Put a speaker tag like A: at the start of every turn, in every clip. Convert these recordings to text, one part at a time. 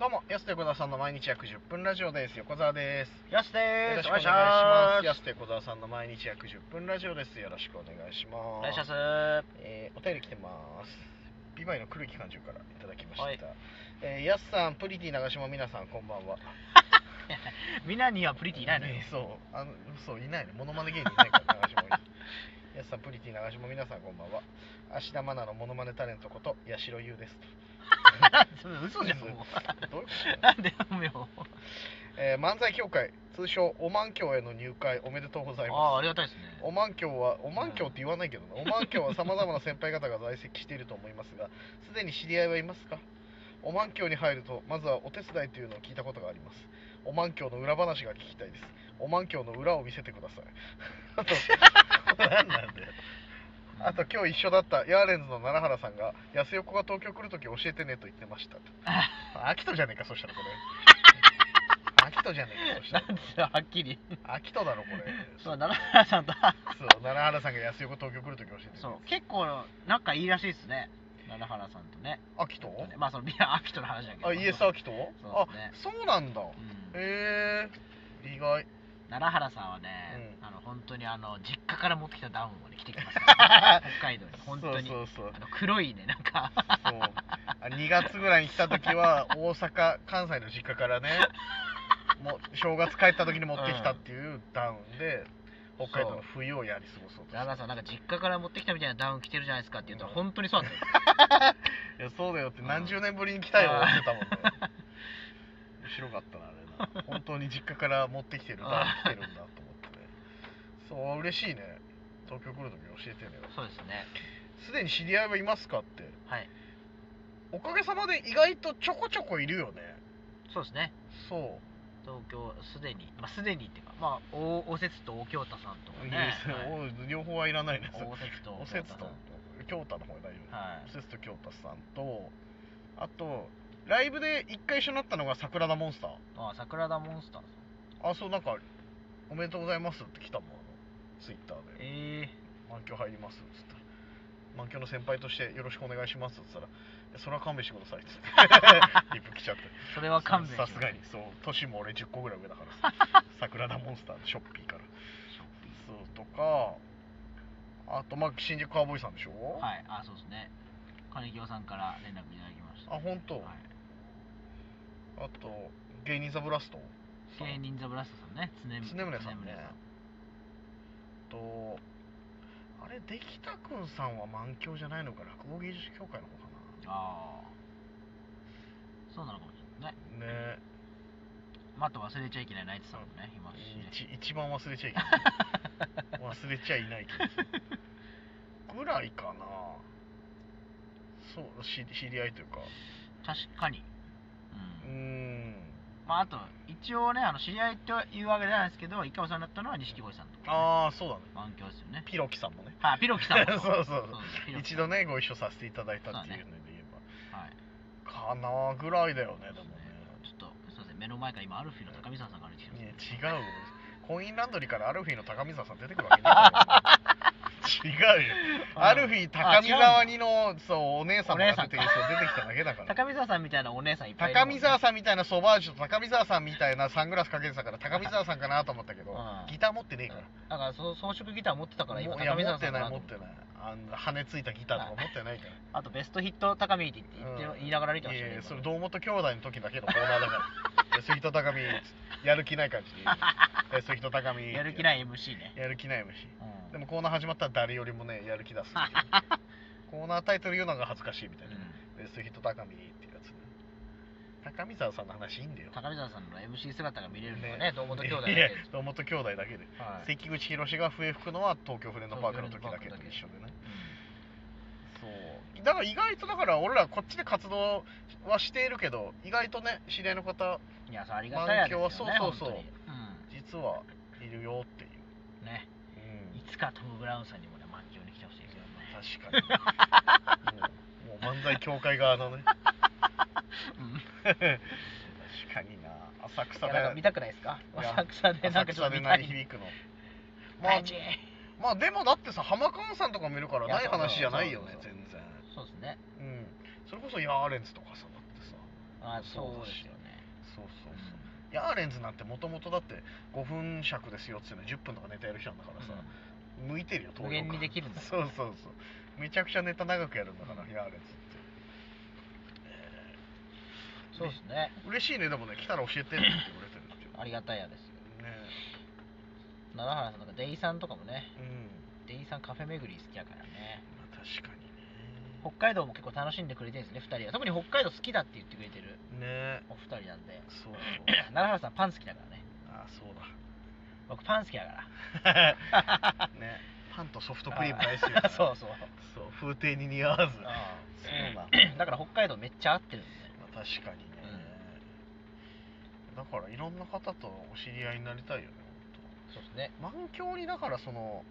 A: どうも、安手小沢さんの毎日約10分ラジオです。横澤です。
B: よし
A: よ
B: で
A: ろし
B: す
A: くお願いします。安手小沢さんの毎日約10分ラジオです。よろしくお願いします。
B: お願いします
A: えーお便り来てます。ビバイの黒木館長からいただきました。
B: はい
A: えー、安さん、プリティ長島皆さん、こんばんは。
B: みんなにはプリティいないのよ
A: えー そう、あの、そう、いないの、モノマネ芸人いないから、長島 に。やすさん、プリティ長島、皆さん、こんばんは。芦田愛菜のモノマネタレントこと、八代優です。
B: それ嘘じゃんもう
A: どういうこ
B: なんでよ
A: と、えー漫才協会、通称、おまんきょうへの入会、おめでとうござい
B: あ
A: ます。
B: あありがたいですね
A: おまんきょうは、おまんきょうって言わないけどな、おまんきょうはさまざまな先輩方が在籍していると思いますが、すでに知り合いはいますかおまんきょうに入ると、まずはお手伝いというのを聞いたことがあります。おまんきょうの裏話が聞きたいです。おまんきょうの裏を見せてください。 あと、何なんだよ。あと今日一緒だったヤーレンズの奈良原さんが「安横が東京来るとき教えてね」と言ってました と秋人じゃねえかそしたらこれ 秋人じゃねえかそした
B: な
A: ら
B: んですよはっきり
A: 秋人だろこれ
B: そう奈良原さんと
A: そう、奈良原さんが安横東京来るとき教えて
B: そう結構仲いいらしいですね奈良原さんとね
A: あ、秋人
B: ちょっとねまあそのビア秋との話だけど
A: あ、イエス秋人あ
B: そうね、
A: そうなんだ。
B: うん
A: へえ、意外。
B: 奈良原さんはね、
A: うん
B: あの本当にあの実家から持ってきたダウンをね着てきて ます、北海道に本当に
A: そうそうそう。
B: あの黒いねなんか
A: そうあ2月ぐらいに来たとき は、大阪、関西の実家からね、もう正月帰ったときに持ってきたっていうダウンで、北海道の冬をやり過ごそうと
B: 奈良原さんなんか実家から持ってきたみたいなダウン着てるじゃないですかって言ったら
A: うん
B: 本当にそうなんだよ
A: いや、そうだよって何十年ぶりに来たよって言ってたもんね。面白かったな、あれな。本当に実家から持ってきてるダウン来てるんだと思ってね。そう、嬉しいね。東京来るとき教えてね。
B: そうですね
A: すでに知り合いはいますかって。
B: はい
A: おかげさまで意外とちょこちょこいるよね。
B: そうですね
A: そう。
B: 東京すでにまあすでにっていうかまあ大おせつと大京太さんとか
A: いい
B: ね、
A: ですね
B: はい
A: お両方はいらないです。
B: 大おせつと
A: おせつ
B: 大京太
A: と
B: さん、
A: 京太の方がいる。
B: は
A: おせつと京太さんと、あと、ライブで一回一緒になったのが桜田モンスター。
B: いあ桜田モンスター
A: あそうなんか「おめでとうございます」って来たもんあのツイッターで
B: ええ
A: 「満響入ります」っつったら「満響の先輩としてよろしくお願いします」っつったらいや「それは勘弁してください」っつって リップ来ちゃって
B: それは勘弁し
A: さ
B: ます
A: すがにそう年も俺10個ぐらい上だからさ 桜田モンスターのショッピーからそうとかあとまあ新宿カーボーイさんでしょ
B: はいあそうですね金京さんから連絡いただきました
A: あ本当
B: はい
A: あと芸人ザブラスト
B: 芸人ザブラストさんね常
A: 常
B: 宗
A: 宗さんね
B: 常宗
A: とあれできたくんさんは満響じゃないのか落語芸術協会の方か
B: ああそうなのかもしれないね
A: なね
B: まああと忘れちゃいけないナイツさんもねいますしね
A: 一一番忘れちゃいけ ない忘れちゃいないけどぐらいかなそう知知り合いというか
B: 確かに
A: うー
B: うん
A: ん
B: まああと一応ねあの知り合いというわけじゃないですけど一回お世話になったのは錦鯉さんとか、ね、
A: ああそうだね
B: 満響ですよね
A: ピロキさんもね
B: はいピロキさんも
A: そうそう
B: ピロキ
A: 一度ねご一緒させていただいたっていうので言え
B: はい
A: ば、かなぐらいだよねでもね
B: ちょっとすいません目の前から今アルフィーの高見沢さんが歩いてきてます
A: いや違うよコインランドリーからアルフィーの高見沢さん出てくるわけ ないだろ違うよアルフィー高見沢にのそうお姉様が出てきてそう出てきただけだから
B: 高見沢さんみたいなお姉さんいっぱいいる
A: 高
B: もんね
A: 見沢さんみたいなソバージュと高見沢さんみたいなサングラスかけてたから高見沢さんかなと思ったけど
B: うん
A: ギター持ってねえから
B: だからそ装飾ギター持ってたから今
A: もういや
B: 高見
A: 持
B: 沢
A: っ
B: さ
A: て
B: んか
A: ない
B: なと
A: 持
B: 思
A: っ
B: って
A: てないあの羽ついたギターとか持ってないから
B: あとベストヒット高見って言って、
A: うん
B: 言いながら歩いてま
A: い
B: した
A: や
B: ね
A: いやそれ
B: 今
A: 堂本兄弟の時だけのコーナーだ から杉戸高見やる気ない感じで杉戸高見
B: やる気ないい MC ね、
A: やる気ない虫
B: うん
A: でもコーナー始まったら誰よりもねやる気出すって いうコーナータイトル言うのが恥ずかしいみたいな、ベストヒット高見っていうやつ高見沢さんの話いいんだよ
B: 高見沢さんの MC 姿が見れるのは
A: ね
B: ね、堂本兄弟だけ
A: い
B: で
A: や堂本兄弟だけで、
B: はい
A: 関口宏が笛吹くのは東京フレンドパークの時だけと一緒でねそうだから意外とだから俺らこっちで活動はしているけど意外とね知り合いの方
B: うんいや、それありがたいやつよね、
A: 環境はそうそうそう
B: 本当に
A: 実はいるよっていう、
B: うんね、
A: うん
B: いつかトム・ブラウンさんにもね、満潮に来てほしいですよね
A: 確か に、もうもう漫才協会側のね確かにな浅
B: い
A: 草
B: や
A: で
B: なんか見たくないですか
A: いや
B: 浅草で なん
A: 浅
B: かちょ
A: 草
B: っと
A: で
B: 見
A: 鳴
B: た
A: り
B: い
A: 響くのまあ
B: 大地
A: まあでもだってさ浜川さんとか見るから
B: いや
A: ない話じゃないよね
B: そうそう
A: 全然
B: そうですね
A: うんそれこそヤーレンズとかさだってさ
B: うんまあそうですよね
A: そうそうそうヤーレンズなんてもともとだって5分尺ですよっつってのに10分とかネタやる人なんだからさ、向いてるよ
B: 無限にで
A: き
B: きるんだ
A: そうそうそうめちゃくちゃネタ長くやるんだから、
B: うん
A: ヤーレンズって
B: そうですね
A: 嬉しいねでもね来たら教えてって言ってくれてるっていう
B: ありがたいやですよ
A: ね
B: 奈良原さんとかデイさんとかもね
A: うん
B: デイさんカフェ巡り好きやからね
A: まあ確かに
B: 北海道も結構楽しんでくれてるんですね2人は特に北海道好きだって言ってくれてる
A: ねね
B: お二人なんで
A: そうそう
B: 奈良原さんパン好きだからね
A: あそう
B: 僕パン好きだから
A: だねパンとソフトクリーム大好きだ から
B: あそうそう
A: そう風亭に似合わずそう
B: あ
A: なんだ、
B: あ だから北海道めっちゃ合ってるんで
A: まあ、確かにね、だからいろんな方とお知り合いになりたいよね
B: そうですね
A: 本当。満響にだからその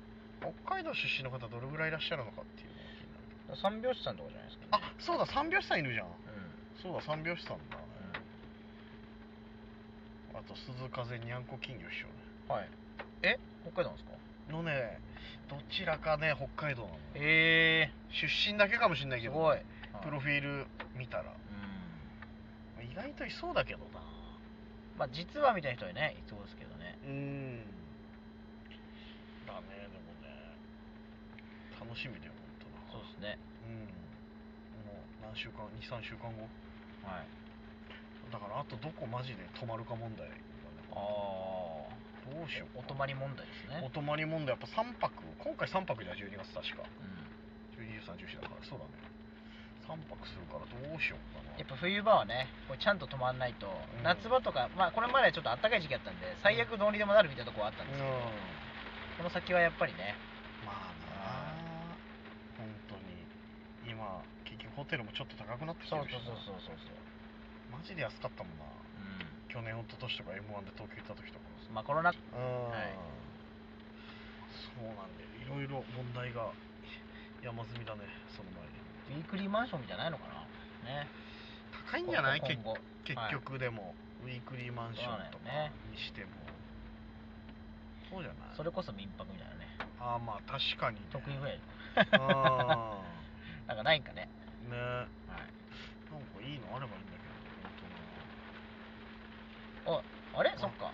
A: 北海道出身の方どれぐらいいらっしゃるのかっていうのが気になる
B: 三拍子さんとかじゃないですか、
A: あ
B: ね、
A: そうだ三拍子さんいるじゃん
B: うん、
A: そうだ三拍子さんだあと鈴風にゃんこ金魚師匠ね
B: うん、はいえ北海道なんですか
A: のねどちらかね北海道なのよ
B: え
A: 出身だけかもしれない
B: ー、
A: け
B: す
A: ど
B: ごい
A: プロフィール見たら
B: うん
A: 意外といそうだけどな
B: まあ実はみたいな人はねいそうですけどね
A: うんだねでもね楽しみだよ
B: そ
A: 本
B: うですね
A: 当なうんもう何週間23週間後
B: はい
A: だからあとどこマジで泊まるか問題だね
B: ああ
A: どうしよう
B: お
A: か
B: 泊まり問題です
A: お
B: ね
A: 泊まり問題やっぱ3泊今回3泊じゃ12月確か
B: うん
A: 121314だからそうだね3泊するからどうしようかな
B: やっぱ冬場はねこれちゃんと泊まんない
A: う
B: と、
A: ん
B: 夏場とかまあこれまでちょっと暖かい時期だったんで最悪どうにでもなるみたいなとこはあったんですけど、
A: う
B: この先はやっぱりね
A: んまあな本当に今結局ホテルもちょっと高くなってきて
B: そう
A: る
B: そう
A: しな
B: そうそうそうそう
A: マジで安かったもんな
B: う
A: 去年一昨年とか m 1で東京行った時とか
B: んまあコロナ
A: うん、
B: はい
A: そうなんだよいろいろ問題が山積みだねその前に
B: ウィークリーマンションじゃないのかなね
A: 高いんじゃない
B: 今
A: 結
B: 後
A: 結
B: はい
A: 局でも、ウィークリーマンションと
B: そうだ
A: か
B: よね
A: にしてもそうじゃない
B: それこそ民泊みたいなね
A: ああまあ確かに、ね、
B: 得意ぐらい
A: あ
B: なんかないんかね
A: ーねなんか
B: はい
A: いいのあればいいんだけど本
B: あれそっか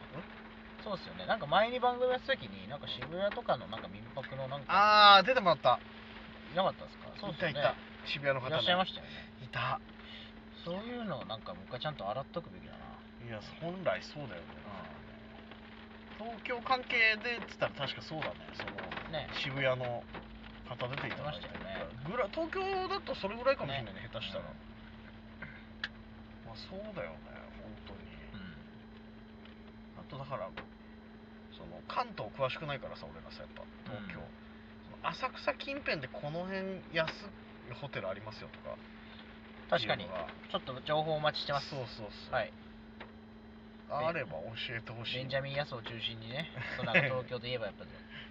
A: 当に
B: そうですよねなんか前に番組やってた時になんか渋谷とかのなんか民泊のなんか
A: ああ出てもらった
B: いなかったですかそう
A: い
B: で
A: た
B: すよ
A: い
B: ね
A: た渋谷の方
B: いらっしゃいま
A: し
B: したよね
A: たいた
B: そういうのをなんかもう一回ちゃんと洗っとくべきだない
A: や本来そうだよね東京関係でっつったら確かそうだねその
B: うんね
A: 渋谷の方出ていただいて
B: 出ましたよね
A: ぐら東京だとそれぐらいかもしれないね
B: ね
A: 下手したら、
B: うん
A: まあそうだよね本当に
B: うん
A: あとだからその関東詳しくないからさ俺らさやっぱ東京、
B: うん
A: その浅草近辺でこの辺安いホテルありますよとか
B: 確かに
A: っていうのが
B: ちょっと情報お待ちしてます
A: そうそうそう、
B: はい
A: あれば教えてほしい
B: ベンジャミン・ヤスを中心にねそうなんか東京といえばやっぱ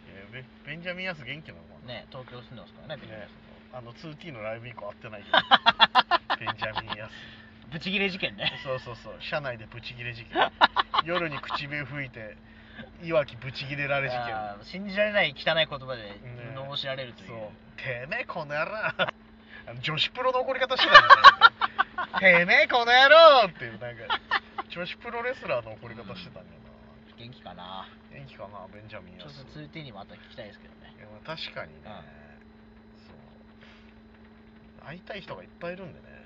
A: えーベベンジャミン・ヤス元気なのかな、
B: ね東京住んでます からねベンジャミン・ヤス
A: あの 2T のライブ以降会ってないけどベンジャミン・ヤス
B: ブチギレ事件ね
A: そうそうそう車内でブチギレ事件夜に口笛吹いていわきブチギレられ事件
B: あー信じられない汚い言葉で罵られるという、
A: そうてめえこの野郎あの女子プロの怒り方してたんだよねてめえこの野郎っていうなんか女子プロレスラーの怒り方してたんだよ
B: 元気かな
A: な元気かなベンジャミン・
B: ち
A: ヤ
B: ょっ
A: ス
B: と 2T にもあったら聞きたいですけどね
A: いやまあ確かにね、そう会いたい人がいっぱいいるんでね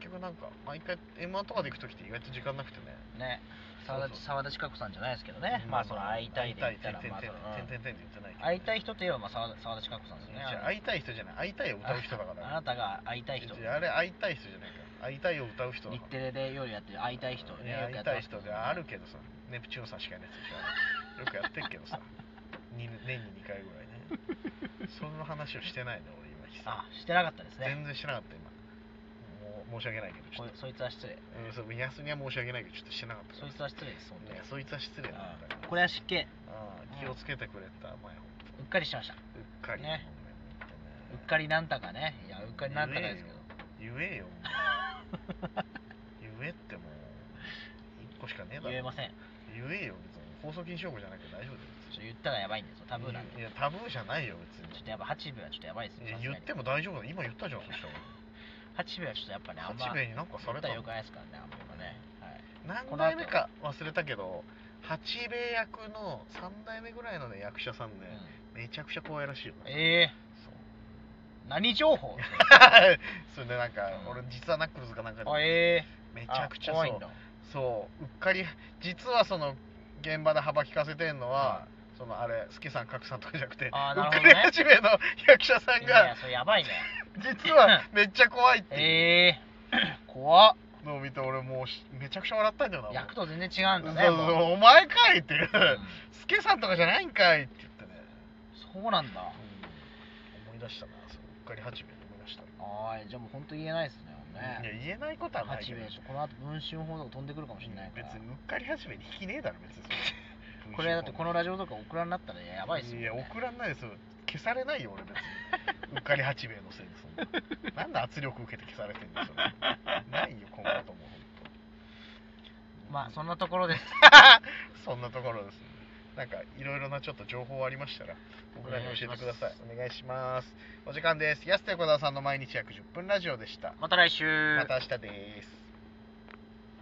A: 結局なんか毎回 m 1とかで行く時って意外と時間なくてね
B: ね沢
A: そう
B: 田
A: そう
B: 沢田千佳子さんじゃないですけどね、
A: うん
B: まあその会いたいで言
A: 会い
B: ったら
A: てん
B: まあ
A: て
B: そ
A: ん
B: の
A: てんて
B: うん
A: んてんてんって言ってないけど
B: 会いたい人といえばまあ沢田沢田千佳子さんですよね
A: じゃあ会いたい人じゃない会いたいを歌う人だか
B: あ
A: ら
B: なたが会いたい人
A: じゃああれ会いたい人じゃないから会いたいを歌う人だ
B: 日
A: から
B: テレで夜やってる会いたい人をねよく
A: 会いたい
B: やってます
A: 人
B: けどね
A: であるけどさネプチューンさんしかいないやつでしょよくやってるけどさに年に2回ぐらいねそんな話をしてないね俺今日
B: あしてなかったですね
A: 全然してなかった今もう申し訳ないけどちょっ
B: こいそいつは失礼
A: とうんそう宮須には申し訳ないけどちょっとしてなかったから
B: そいつは失礼です本当
A: い
B: に
A: やそいつは失礼なんだ
B: うんこれは失敬
A: うん気をつけてくれた前ほんと
B: うっかりしました
A: うっかり
B: ね
A: ほんと
B: うっかりなんたかねいやうっかりなんたかですけど
A: 言えよもう言えってもう1個しかねえだろ
B: 言えません
A: 言えよ別に放送禁止用語じゃなくて大丈夫だよ
B: ちょっと言ったらやばいんですよタブーなんで
A: いやタブーじゃないよ別
B: ち
A: に
B: ょっとやっぱ8部はちょっとやばいですよ
A: いや言
B: さすが
A: っ
B: に
A: ても大丈夫だ今言ったじゃんそしたら
B: 八兵衛はちょっとやっぱねあんま
A: 八兵衛になんかされた
B: ら
A: の
B: よくないですからねあんまりね、はい、
A: 何代目か忘れたけど八兵衛役の3代目ぐらいのね役者さんね、めちゃくちゃ怖いらしいよ
B: うん、ええ
A: そう
B: 何情報
A: それでなんか、
B: うん
A: 俺実はナックルズかなんかで
B: あええ
A: めちゃくちゃそ
B: あ怖いん
A: う
B: だ
A: そううっかり実はその現場で幅利かせてんのは、そのあれスケさんカクさんとかじゃなくて
B: あーな
A: うっ
B: る
A: か
B: ほど
A: り
B: ね
A: 八兵衛の役者さん
B: いやい
A: が
B: やそれやばいね
A: 実はめっちゃ怖いっていう
B: ええ 怖っ
A: のを見て俺もうしめちゃくちゃ笑ったんだよなもう
B: 役と全然違うんだね
A: そうそう
B: もう
A: お前かいっていう
B: うん
A: スケさんとかじゃないんかいって言ってね、
B: そうなんだ
A: 思い出したなそううっかり八兵衛で思い出した、
B: あーじゃあもう本当言えないですねもう
A: いや
B: ね
A: 言えないことはない
B: 八
A: け
B: 兵
A: ど
B: 衛ちょこの後文春報道飛んでくるかもしれないから
A: 別にうっかり始めに引きねえだろ 別にそ
B: これだってこのラジオとかオクラになったらやばいっすよ、
A: い
B: ね、
A: や送らんないですよ消されないよ 俺別にうっかり八兵衛のせいでそんななんで圧力受けて消されてんでしょないよ今後とも
B: まあそんなところです
A: そんなところですねなんかいろいろなちょっと情報ありましたら僕らに教えてくださいお願いしますお時間です安手小沢さんの毎日約10分ラジオでした
B: また来週
A: また明日です